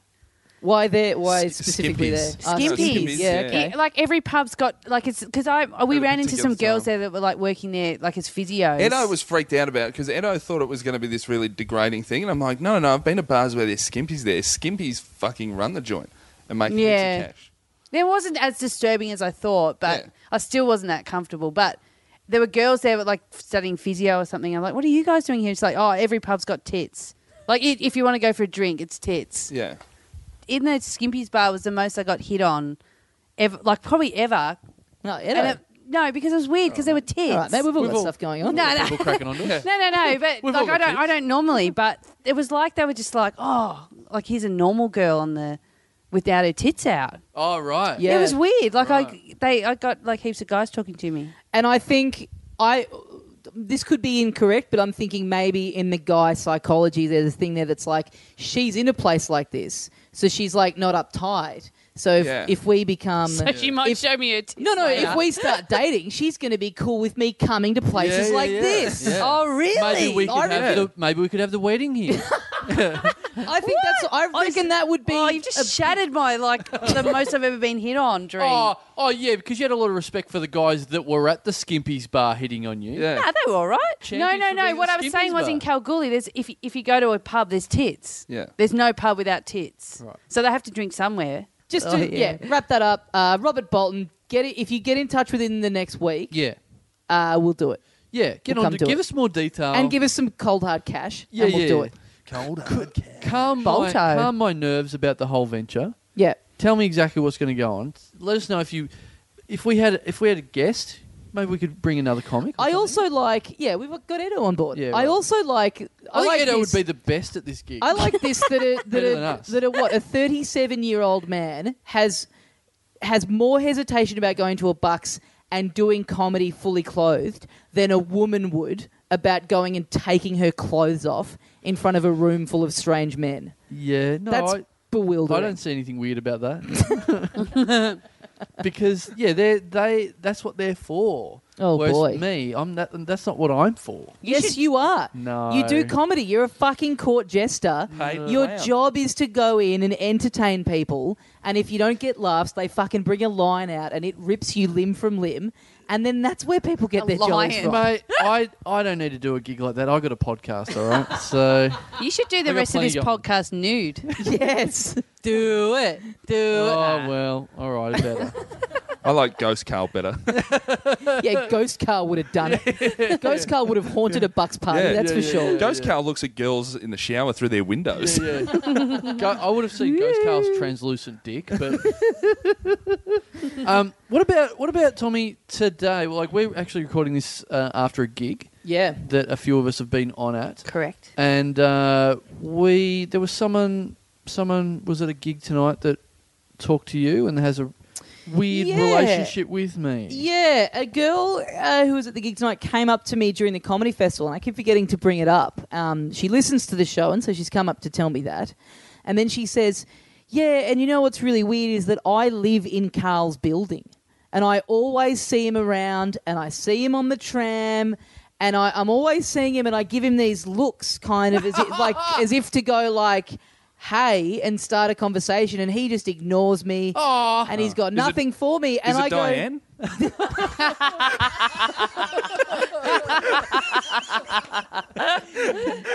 why there? Why S- specifically skimpies. there? Ah, Skimpies. Yeah. Yeah. Okay. Yeah, like every pub's got like it's because I uh, we At a ran into some particular time. girls there that were like working there like as physios. Edo was freaked out about it because Edo thought it was going to be this really degrading thing. And I'm like, no, no, no. I've been to bars where there's skimpies there. Skimpies fucking run the joint and make Yeah. yeah. cash. There wasn't as disturbing as I thought, but Yeah. I still wasn't that comfortable. But there were girls there with like studying physio or something. I'm like, what are you guys doing here? It's like, oh, every pub's got tits. Like i if you want to go for a drink, it's tits. Yeah. In the Skimpies bar was the most I got hit on, ever, like probably ever. No, And Edo. it- no, because it was weird because there were tits. All right, maybe we've all We've got all- stuff going on. No, no. People cracking onto us. No, no, no. But We've like, all I got don't, I kids. don't normally. But it was like they were just like, oh, like here's a normal girl on the without her tits out. Oh right. Yeah. It was weird. Like Right. I, they, I got like heaps of guys talking to me. And I think I this could be incorrect, but I'm thinking maybe in the guy psychology there's a thing there that's like she's in a place like this, so she's like not uptight. So if, Yeah. if we become So she might if- show me a tits no, no. later. If we start dating, she's going to be cool with me coming to places Yeah, yeah, like yeah. this. Yeah. Oh, really? Maybe we I could have reckon- the, maybe we could have the wedding here. I think that's. I I reckon s- that would be. Oh, you've just a- shattered my like the most I've ever been hit on dream. oh, oh yeah, because you had a lot of respect for the guys that were at the Skimpies bar hitting on you. Nah, Yeah. they were all right. No, Champions no, for no. being What a I was skimpies saying was bar. in Kalgoorlie, there's if if you go to a pub, there's tits. Yeah. There's no pub without tits. Right. So they have to drink somewhere. just to Oh, yeah. yeah. wrap that up. Uh, Robert Bolton, get it. If you get in touch within the next week, yeah, uh, we'll do it. yeah. Get We'll on. come to To, give it. us more detail And give us some cold hard cash, Yeah, and we'll yeah, do yeah. it. Cold hard cash. calm my, Bolto. calm my nerves about the whole venture. Yeah, Tell me exactly what's going to go on. Let us know if you if we had if we had a guest, maybe we could bring another comic. I or something. also like. Yeah, we've got Edo on board. Yeah, I right. also like. I, I, think like Edo this. would be the best at this gig. I like this that a, that Better than a, us. that a what a 37 year old man has has more hesitation about going to a bucks and doing comedy fully clothed than a woman would about going and taking her clothes off in front of a room full of strange men. yeah, no, That's I, bewildering. I don't see anything weird about that. because yeah, they they that's what they're for. Oh, Whereas boy. me, I'm that, that's not what I'm for. You yes, should- you are. No. You do comedy. You're a fucking court jester. Paid Your clown. job is to go in and entertain people, and if you don't get laughs, they fucking bring a line out and it rips you limb from limb, and then that's where people get A their jollies lion. from. Mate, I I don't need to do a gig like that. I got a podcast, all right. So You should do I the got rest of plenty this of- podcast nude. Yes. do it. Do oh well, all right, better. I like Ghost Carl better. Yeah, Ghost Carl would have done it. Ghost Carl would have haunted a Bucks party, Yeah. that's Yeah, for yeah, sure. yeah. Ghost Carl looks at girls in the shower through their windows. Yeah, yeah. Go, I would have seen Ghost Carl's translucent dick, but um, what about what about Tommy today? Well, like we're actually recording this uh, after a gig Yeah. that a few of us have been on at, Correct. and uh, we there was someone someone was at a gig tonight that talked to you and has a weird Yeah. relationship with me. Yeah, a girl uh, who was at the gig tonight came up to me during the comedy festival, and I keep forgetting to bring it up. Um, she listens to the show, and so she's come up to tell me that. And then she says, Yeah, and you know what's really weird is that I live in Carl's building, and I always see him around, and I see him on the tram. And I, I'm always seeing him, and I give him these looks, kind of as if, like as if to go like, "Hey," and start a conversation, and he just ignores me, Aw. and he's got it- nothing for me. And is it I go, Diane?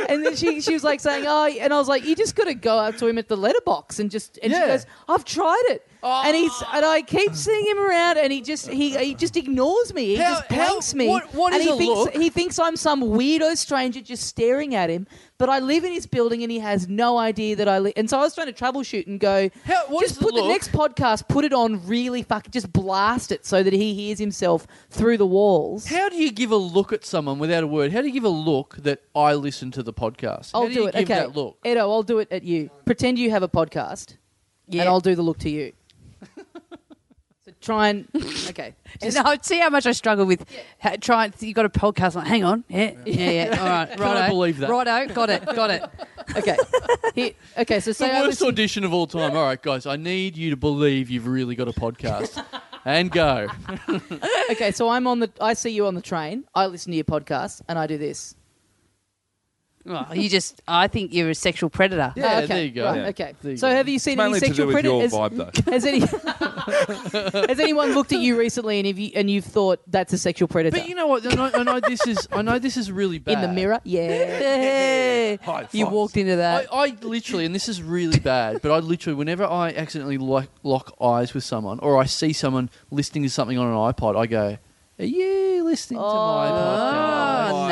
And then she, she was like saying, oh, and I was like, you just got to go up to him at the letterbox and just, and she Yeah. Oh. goes, I've tried it. And he's, and I keep seeing him around and he just, he, he just ignores me. He How- just blanks how- me. what- what and is he a thinks, look? he thinks I'm some weirdo stranger just staring at him, but I live in his building and he has no idea that I live. And so I was trying to troubleshoot and go, How- what just is the put the look? next podcast, put it on really fucking, just blast it so that he hears himself through the walls. How do you give a look at someone without a word? How do you give a look that I listen to the podcast? I'll How do, do you it. Give okay, that look. Edo, I'll do it at you. Pretend you have a podcast, Yeah. and I'll do the look to you. so try and okay. And I'll see how much I struggle with ha- trying. You got a podcast? Like, hang on. Yeah, yeah, yeah. All right, righto. believe that. Righto. Got it. Got it. Okay, Here- okay. So the say I worst listen- audition of all time. All right, guys, I need you to believe you've really got a podcast. and go. okay. So I'm on the. I see you on the train. I listen to your podcast, and I do this. Well, you just. I think you're a sexual predator. Yeah, okay. there you go. Right, Yeah. okay. There you so go. have you It's seen any mainly to do sexual with your predators? vibe, though. Has any has anyone looked at you recently and if you and you've thought that's a sexual predator But you know what? I know, I know this is. I know this is really bad in the mirror? Yeah. Hey. High you fives. walked into I, that. I literally, and this is really bad, but I literally, whenever I accidentally lock, lock eyes with someone, or I see someone listening to something on an iPod, I go, "Are you listening to my Ah. podcast?" oh,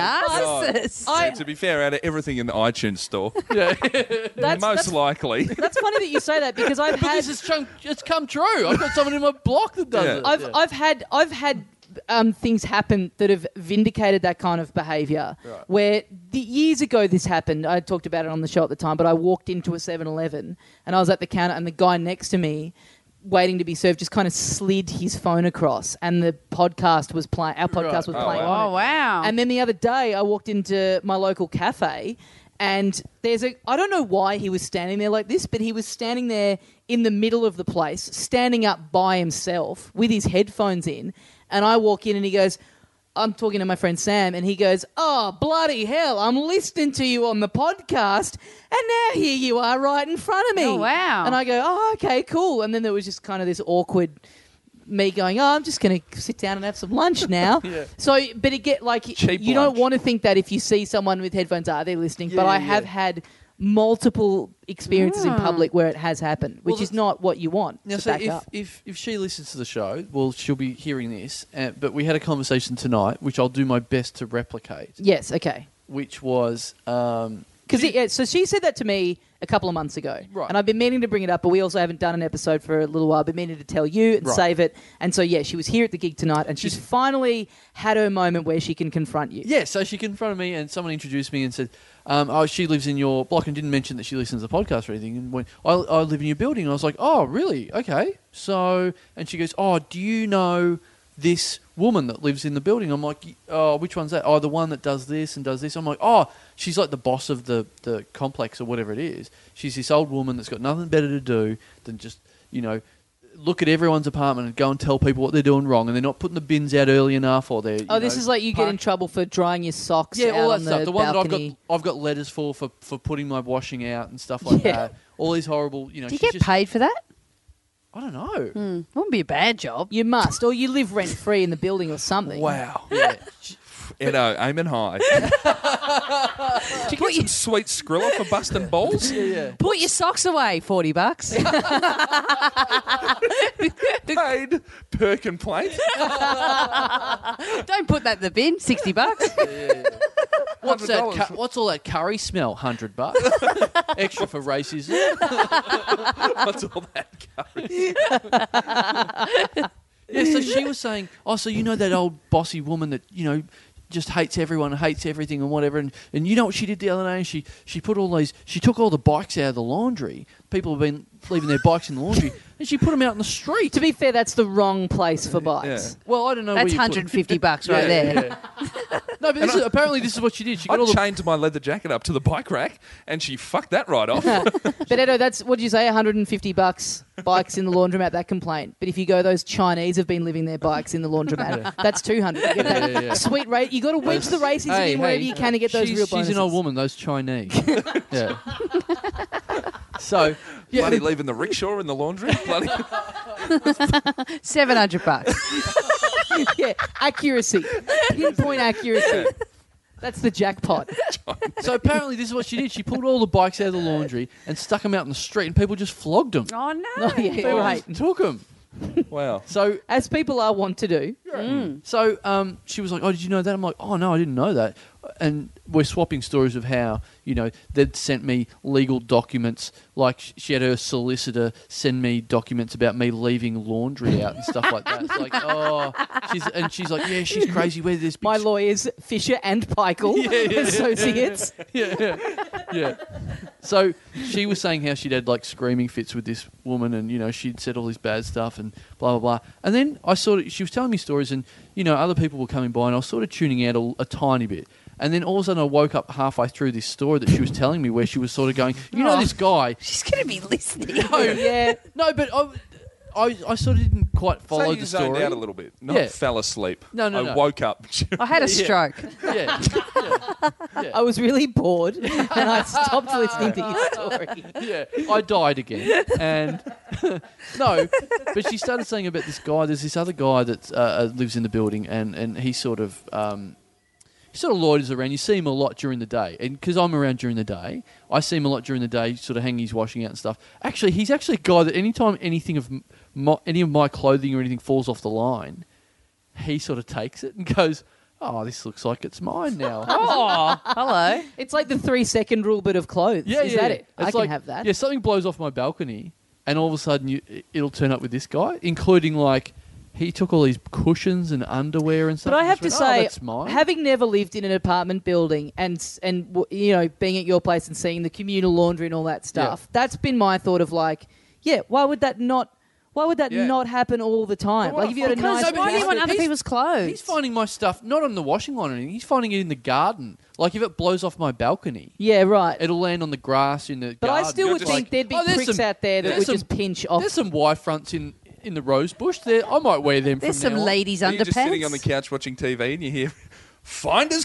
narcissist. So to be fair, out of everything in the iTunes store, That's, most that's, likely. that's funny that you say that because I've But had this is true. It's come true. I've got someone in my block that does Yeah. it. I've Yeah. I've had I've had um, things happen that have vindicated that kind of behaviour. Where the, years ago this happened, I talked about it on the show at the time, but I walked into a 7-Eleven and I was at the counter, and the guy next to me waiting to be served, just kind of slid his phone across, and the podcast was playing. Our podcast was Oh, playing. wow. on Oh, it. wow. And then the other day, I walked into my local cafe, and there's a I don't know why he was standing there like this, but he was standing there in the middle of the place, standing up by himself with his headphones in. And I walk in, and he goes, I'm talking to my friend Sam, and he goes, Oh, bloody hell, I'm listening to you on the podcast, and now here you are right in front of me. Oh, wow. And I go, Oh, okay, cool. And then there was just kind of this awkward me going, oh, I'm just going to sit down and have some lunch now. Yeah. So, but it get like Cheap you lunch. don't want to think that if you see someone with headphones, are they listening? but Yeah, I yeah, have yeah. had multiple experiences in Ah. public where it has happened, which Well, is the- not what you want. Now, to so back if, up. if if she listens to the show, well, she'll be hearing this. Uh, but we had a conversation tonight, which I'll do my best to replicate. Yes, okay. Which was, um, Because yeah, so she said that to me a couple of months ago, Right. and I've been meaning to bring it up, but we also haven't done an episode for a little while. Been meaning to tell you and Right. save it, and so yeah, she was here at the gig tonight, and she's She's- finally had her moment where she can confront you. yeah. So she confronted me, and someone introduced me and said, um, "Oh, she lives in your block," and didn't mention that she listens to the podcast or anything. And when I, I live in your building, and I was like, "Oh, really? Okay." So, and she goes, "Oh, do you know this woman that lives in the building?" I'm like, "Y- "Oh, which one's that? Oh, the one that does this and does this." I'm like, "Oh, she's like the boss of the the complex or whatever it is. She's this old woman that's got nothing better to do than just you know." Look at everyone's apartment and go and tell people what they're doing wrong, and they're not putting the bins out early enough, or they're you Oh, this know, is like you get in parking- trouble for drying your socks. yeah, out all that on stuff. The one that I've balcony. got, I've got letters for, for for putting my washing out and stuff like Yeah. that. All these horrible, you know. Do you she's get just- paid for that? I don't know. Hmm. Wouldn't be a bad job. You must, or you live rent free in the building or something. Wow. Yeah. You know, aiming high. Did you get some sweet Skrilla for busting balls? yeah, yeah. Put your socks away, 40 bucks. Paid per complaint. Don't put that in the bin, 60 bucks. What's that? $100. Cu- what's all that curry smell? Hundred bucks extra for racism. What's all that? Yeah. So she was saying, oh, so you know that old bossy woman that you know just hates everyone, hates everything, and whatever. And, and you know what she did the other day? She she put all these, she took all the bikes out of the laundry. People have been leaving their bikes in the laundry, and she put them out in the street. To be fair, that's the wrong place for bikes. Well, I don't know. That's where you put- 150 bucks right Yeah, there. yeah, yeah. no, but this is, apparently this is what she did. She got all I the chained my leather jacket up to the bike rack, and she fucked that right off. But Edo, that's what did you say? 150 bucks bikes in the laundromat. That complaint. But if you go, those Chinese have been leaving their bikes in the laundromat. Yeah. That's 200. You get Yeah, that yeah, yeah. Sweet rate. You got to wedge the racism Hey, in wherever hey, you can to get those she's, real She's bonuses. an old woman. Those Chinese. yeah. so yeah, Bloody leaving the rickshaw in the laundry. Bloody 700 bucks. yeah, accuracy, pinpoint accuracy. That's the jackpot. so apparently this is what she did. She pulled all the bikes out of the laundry and stuck them out in the street, and people just flogged them. Oh, no. Oh, yeah, People right. just took them. wow. So As people are wont to do. So um, she was like, "Oh, did you know that?" I'm like, "Oh no, I didn't know that." And we're swapping stories of how you know they'd sent me legal documents. Like sh- she had her solicitor send me documents about me leaving laundry out and stuff like that. It's like, oh, she's and she's like, "Yeah, she's crazy." Where this big My sh- lawyers, Fisher and Peichel, associates. yeah, yeah, yeah. So she was saying how she'd had like screaming fits with this woman, and you know she'd said all this bad stuff and blah blah blah. And then I sort of she was telling me stories, and you know other people were coming by, and I was sort of tuning out a, a tiny bit. And then all of a sudden I woke up halfway through this story that she was telling me, where she was sort of going, you know, Aw. this guy. She's going to be listening. Oh. Yeah. No, but I, I, I sort of didn't quite follow so you the zoned story. out a little bit. Not Yeah. fell asleep. No, no, I no. woke up. I had a Yeah. stroke. Yeah. yeah. yeah. I was really bored and I stopped listening to your story. yeah, I died again. And no, but she started saying about this guy. There's this other guy that uh, uh, lives in the building, and and he sort of um, he sort of loiters around. You see him a lot during the day, and because I'm around during the day, I see him a lot during the day, sort of hanging his washing out and stuff. Actually, he's actually a guy that anytime anything of m- my, any of my clothing or anything falls off the line, he sort of takes it and goes. Oh, this looks like it's mine now. Oh, hello. It's like the three second rule, but of clothes. Is that it? I It's can like- have that. Yeah, something blows off my balcony, and all of a sudden you, it- it'll turn up with this guy, including like he took all these cushions and underwear and stuff. But I and have to just went, "Oh, say, that's mine." having never lived in an apartment building and s- and w- you know being at your place and seeing the communal laundry and all that stuff, that's been my thought of like, yeah, why would that not? why Why would that Yeah. not happen all the time? But what Like if you had a Because nice why do you want jacket- other He's- people's clothes? He's finding my stuff not on the washing line or anything. He's finding it in the garden. Like if it blows off my balcony, Yeah, right. it'll land on the grass in the but garden. I still You're would just think like, there'd be "Oh, there's pricks some- out there that there's would some- just pinch off. There's some Y fronts in in the rose bush. There, I might wear them. There's from some now on. ladies' Are you underpants. just sitting on the couch watching TV and you hear finders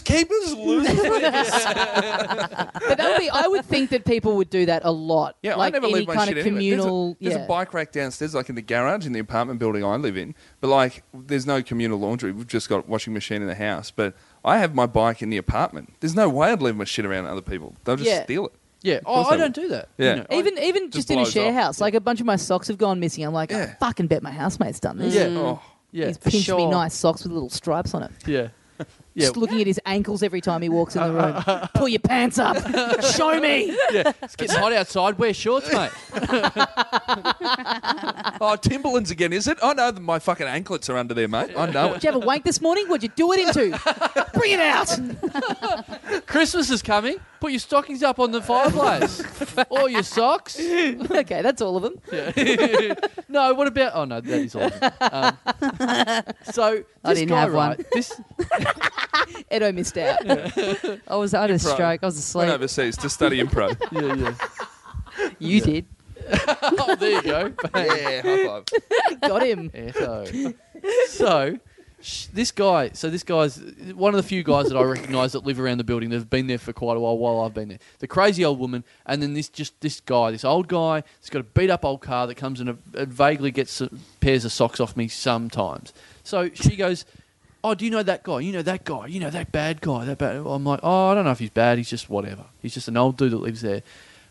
keepers losers? but that would be, I would think that people would do that a lot. Yeah, like I never any leave my kind shit of anywhere. There's a- communal. There's, a, yeah. bike rack downstairs, like in the garage in the apartment building I live in. But like, there's no communal laundry. We've just got a washing machine in the house. But I have my bike in the apartment. There's no way I'd leave my shit around other people. They'll just Yeah. steal it. Yeah. Oh, course I they don't do that. Yeah. know. I- Even even just, in a blows share off. house, like a bunch of my socks have gone missing. I'm like, Yeah. I fucking bet my housemate's done this. Yeah. Oh, yeah. He's for pinched me sure. nice socks with little stripes on it. Yeah. Yeah. Just looking at his ankles every time he walks in the room. Pull your pants up. Show me. yeah. It's getting hot outside. Wear shorts, mate. oh, Timberlands again, is it? I know that my fucking anklets are under there, mate. I know it. Did you have a wank this morning? What'd you do it into? Bring it out. Christmas is coming. Put your stockings up on the fireplace, or your socks. okay, that's all of them. Yeah. no, what about? Oh no, that is awesome. Um, so this I didn't guy, have one. right? This Edo missed out. I was I had a Improv. stroke. I was Went asleep. overseas to study improv. yeah, yeah. You did. Oh, there you go. Bang. yeah, high five. Got him. Etto. so sh- this guy, so this guy's one of the few guys that I recognise that live around the building. They've been there for quite a while while I've been there. The crazy old woman, and then this just this guy, this old guy, that's got a beat up old car that comes and uh, vaguely gets some pairs of socks off me sometimes. So she goes. Oh, do you know that guy? You know that guy? You know that bad guy? That bad? I'm like, oh, I don't know if he's bad. He's just whatever. He's just an old dude that lives there.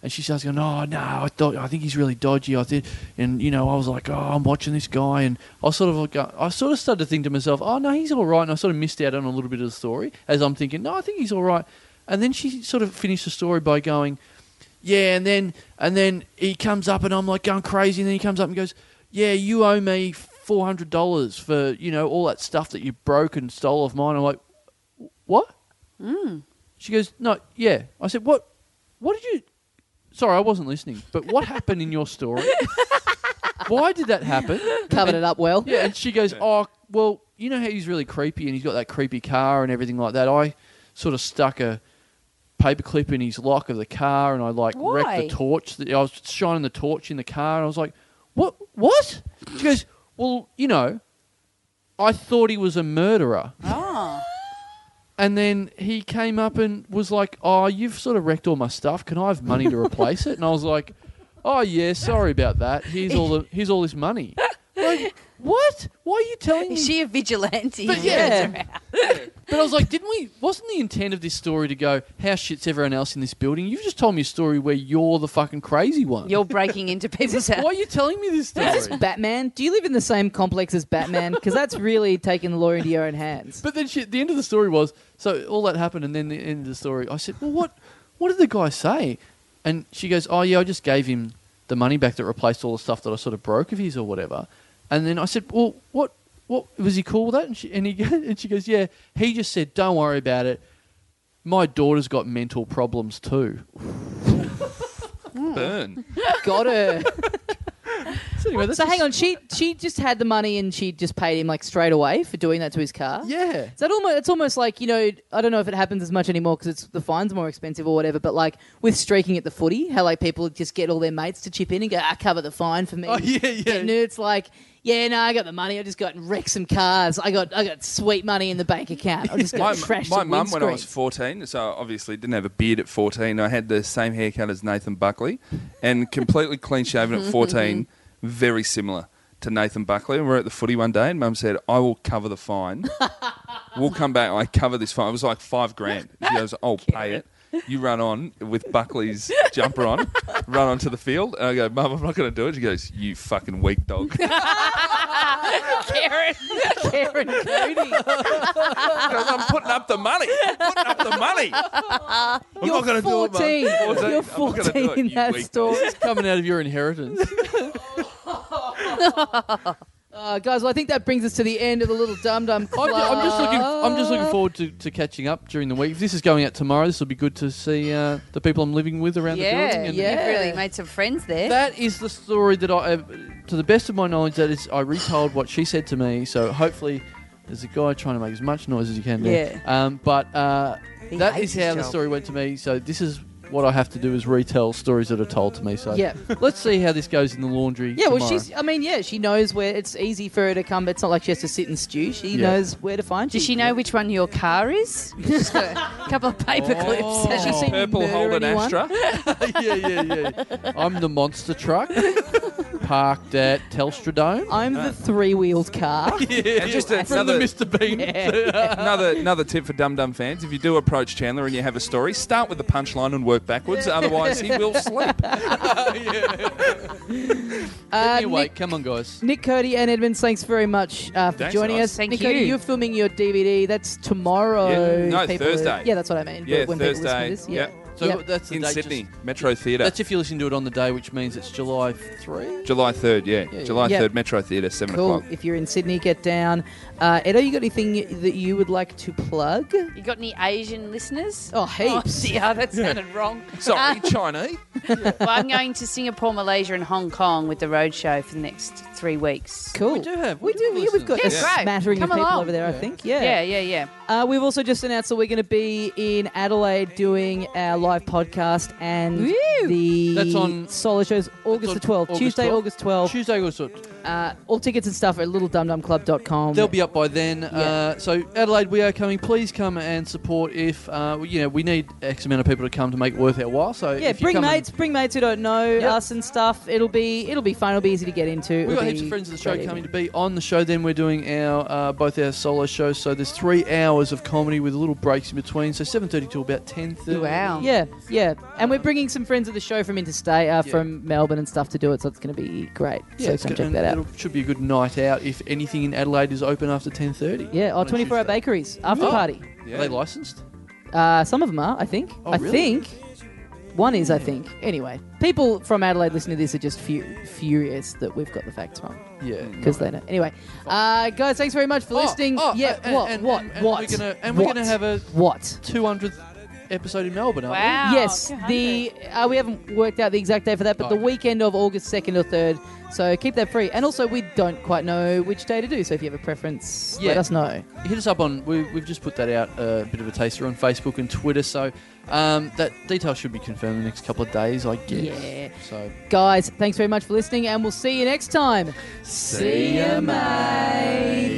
And she starts going, oh no, I, do- I think he's really dodgy. I think, and you know, I was like, oh, I'm watching this guy, and I sort of, go, I sort of started to think to myself, oh no, he's all right. And I sort of missed out on a little bit of the story as I'm thinking, no, I think he's all right. And then she sort of finished the story by going, yeah, and then and then he comes up and I'm like going crazy, and then he comes up and goes, yeah, you owe me four hundred dollars for you know all that stuff that you broke and stole off mine. I'm like, what? She goes, no, yeah. I said, what? What did you? Sorry, I wasn't listening. But what happened in your story? Why did that happen? Covered it up well. Yeah, and she goes, "Oh, well, you know how he's really creepy, and he's got that creepy car and everything like that. I sort of stuck a paperclip in his lock of the car, and I like wrecked Why? the torch. that- I was shining the torch in the car, and I was like, "What? What?" She goes, "Well, you know, I thought he was a murderer." Oh. And then he came up and was like, "Oh, you've sort of wrecked all my stuff. Can I have money to replace it?" And I was like, "Oh yeah, sorry about that. Here's all the here's all this money." Like, what? Why are you telling me? Is she a vigilante? But yeah. But I was like, didn't we? Wasn't the intent of this story to go how shits everyone else in this building? You've just told me a story where you're the fucking crazy one. You're breaking into people's Why house. are you telling me this story? Batman, do you live in the same complex as Batman? Because that's really taking the law into your own hands. But then she, the end of the story was so all that happened, and then the end of the story, I said, "Well, what, what did the guy say?" And she goes, "Oh yeah, I just gave him the money back that replaced all the stuff that I sort of broke of his or whatever." And then I said, "Well, what, what was he cool with that?" And she, and he, go- and she goes, "Yeah, he just said, don't worry about it. My daughter's got mental problems too." Mm. Burn. Got her. So anyway, that's so hang just- on, she she just had the money and she just paid him like straight away for doing that to his car. Yeah. So that almost it's almost like you know I don't know if it happens as much anymore because it's the fines more expensive or whatever. But like with streaking at the footy, how like people just get all their mates to chip in and go, I cover the fine for me. Oh, yeah, yeah. And it's like, yeah, no, I got the money. I just got and wrecked some cars. I got I got sweet money in the bank account. I just got my, to trash my some mum when I was windscreens." 14 so obviously didn't have a beard at 14 I had the same haircut as Nathan Buckley and completely clean shaven at 14 very similar to Nathan Buckley we were at the footy one day and mum said I will cover the fine we'll come back I cover this fine it was like five grand she goes I'll pay it you run on with Buckley's jumper on run onto the field and I go mum I'm not going to do it she goes you fucking weak dog Karen. Karen Cody. Because I'm putting up the money. I'm putting up the money. I'm You're not going to do 14. it, mate. You're I'm not gonna do 14 it, in you that weak story. dog. coming out of your inheritance. Uh, guys, well, I think that brings us to the end of the little dum dum I'm, club. I'm just looking. I'm just looking forward to, to catching up during the week. If this is going out tomorrow, this will be good to see uh, the people I'm living with around the yeah, building. and- yeah. you've really made some friends there. That is the story that I, have, to the best of my knowledge, that is I retold what she said to me. So hopefully, there's a guy trying to make as much noise as he can. There. Um, but uh, He that is hates how his the job. story went to me. So this is what I have to do is retell stories that are told to me. So Yeah. let's see how this goes in the laundry. Yeah, well, tomorrow. she's. I mean, yeah, she knows where. It's easy for her to come. It's not like she has to sit and stew. She Yeah. knows where to find you. Does she know which one your car is? She's got a couple of paper clips. Oh. Has she seen Purple murder Holden anyone? Astra. yeah, yeah, yeah. I'm the monster truck parked at Telstra Dome. I'm the three wheeled car. Yeah, just from another- the Mr. Bean. Uh, another another tip for Dum Dum fans: if you do approach Chandler and you have a story, start with the punchline and work backwards. Otherwise, he will sleep. Uh, Anyway, Nick, come on, guys. Nick Cody and Edmonds, thanks very much uh, for Thanks, joining guys. us. Thank Nick you. Cody, you're filming your DVD. That's tomorrow. Yeah. No, people- Thursday. Yeah, that's what I mean. Yeah, but when people listen to Thursday. this, yeah. Yeah. So Yep. that's the In date, Sydney, just- Metro Theatre, that's if you listen to it on the day, which means it's July three. July third. Yeah, Yeah, July yeah. third, Metro Theatre, seven Cool. o'clock. If you're in Sydney, get down. Uh, Edo, you got anything that you would like to plug? You got any Asian listeners? Oh, heaps. yeah, that sounded wrong. Sorry, Ah. Chinese. well, I'm going to Singapore, Malaysia, and Hong Kong with the roadshow for the next three weeks. Cool. We do have- We, we do. do yeah, we've got listen. a Yeah, great. smattering Come of people along. over there. I think. Yeah, yeah, yeah. Uh, we've also just announced that we're going to be in Adelaide doing our live podcast and Woo! the That's on- solo shows August on the 12th, August Tuesday, 12th. August 12th. Tuesday also. Uh, all tickets and stuff are at littledumdumclub.com. They'll be up by then. Uh, so Adelaide, we are coming. Please come and support. If uh, you know, we need X amount of people to come to make it worth our while. So yeah, if you bring come and- mates, bring mates who don't know Yep. us and stuff. It'll be it'll be fun. It'll be easy to get into. We've It'll got heaps be of friends of the show great coming to evening. be on the show. Then we're doing our uh, both our solo shows. So there's three hours of comedy with little breaks in between. So 7:30 to about 10:30. Wow. Yeah, yeah, and we're bringing some friends of the show from interstate, uh, Yeah. from Melbourne and stuff to do it. So it's going to be great. Yeah, so it's come good, check and that out. It should be a good night out. If anything in Adelaide is open after 10:30. Yeah, oh, on a 24 hour Tuesday. bakeries after Oh. party. Are they licensed? Uh, some of them are, I think. Oh, I really? think one is, I think. Anyway, people from Adelaide listening to this are just fu- furious that we've got the facts wrong Yeah. because they know. Anyway, uh, guys, thanks very much for listening. Oh, oh, yeah, and- what, and- what, and- and what, we're gonna- and we're what, gonna have a- what? 200th episode in Melbourne. aren't we? Wow. yes, the uh, we haven't worked out the exact day for that, but Oh, the okay. weekend of August second or third. So keep that free. And also, we don't quite know which day to do. So if you have a preference, let Yeah. us know. hit us up on we, we've just put that out uh, a bit of a taster on facebook and twitter so um, that detail should be confirmed in the next couple of days i guess Yeah. so Guys, thanks very much for listening, and we'll see you next time. See ya, mate.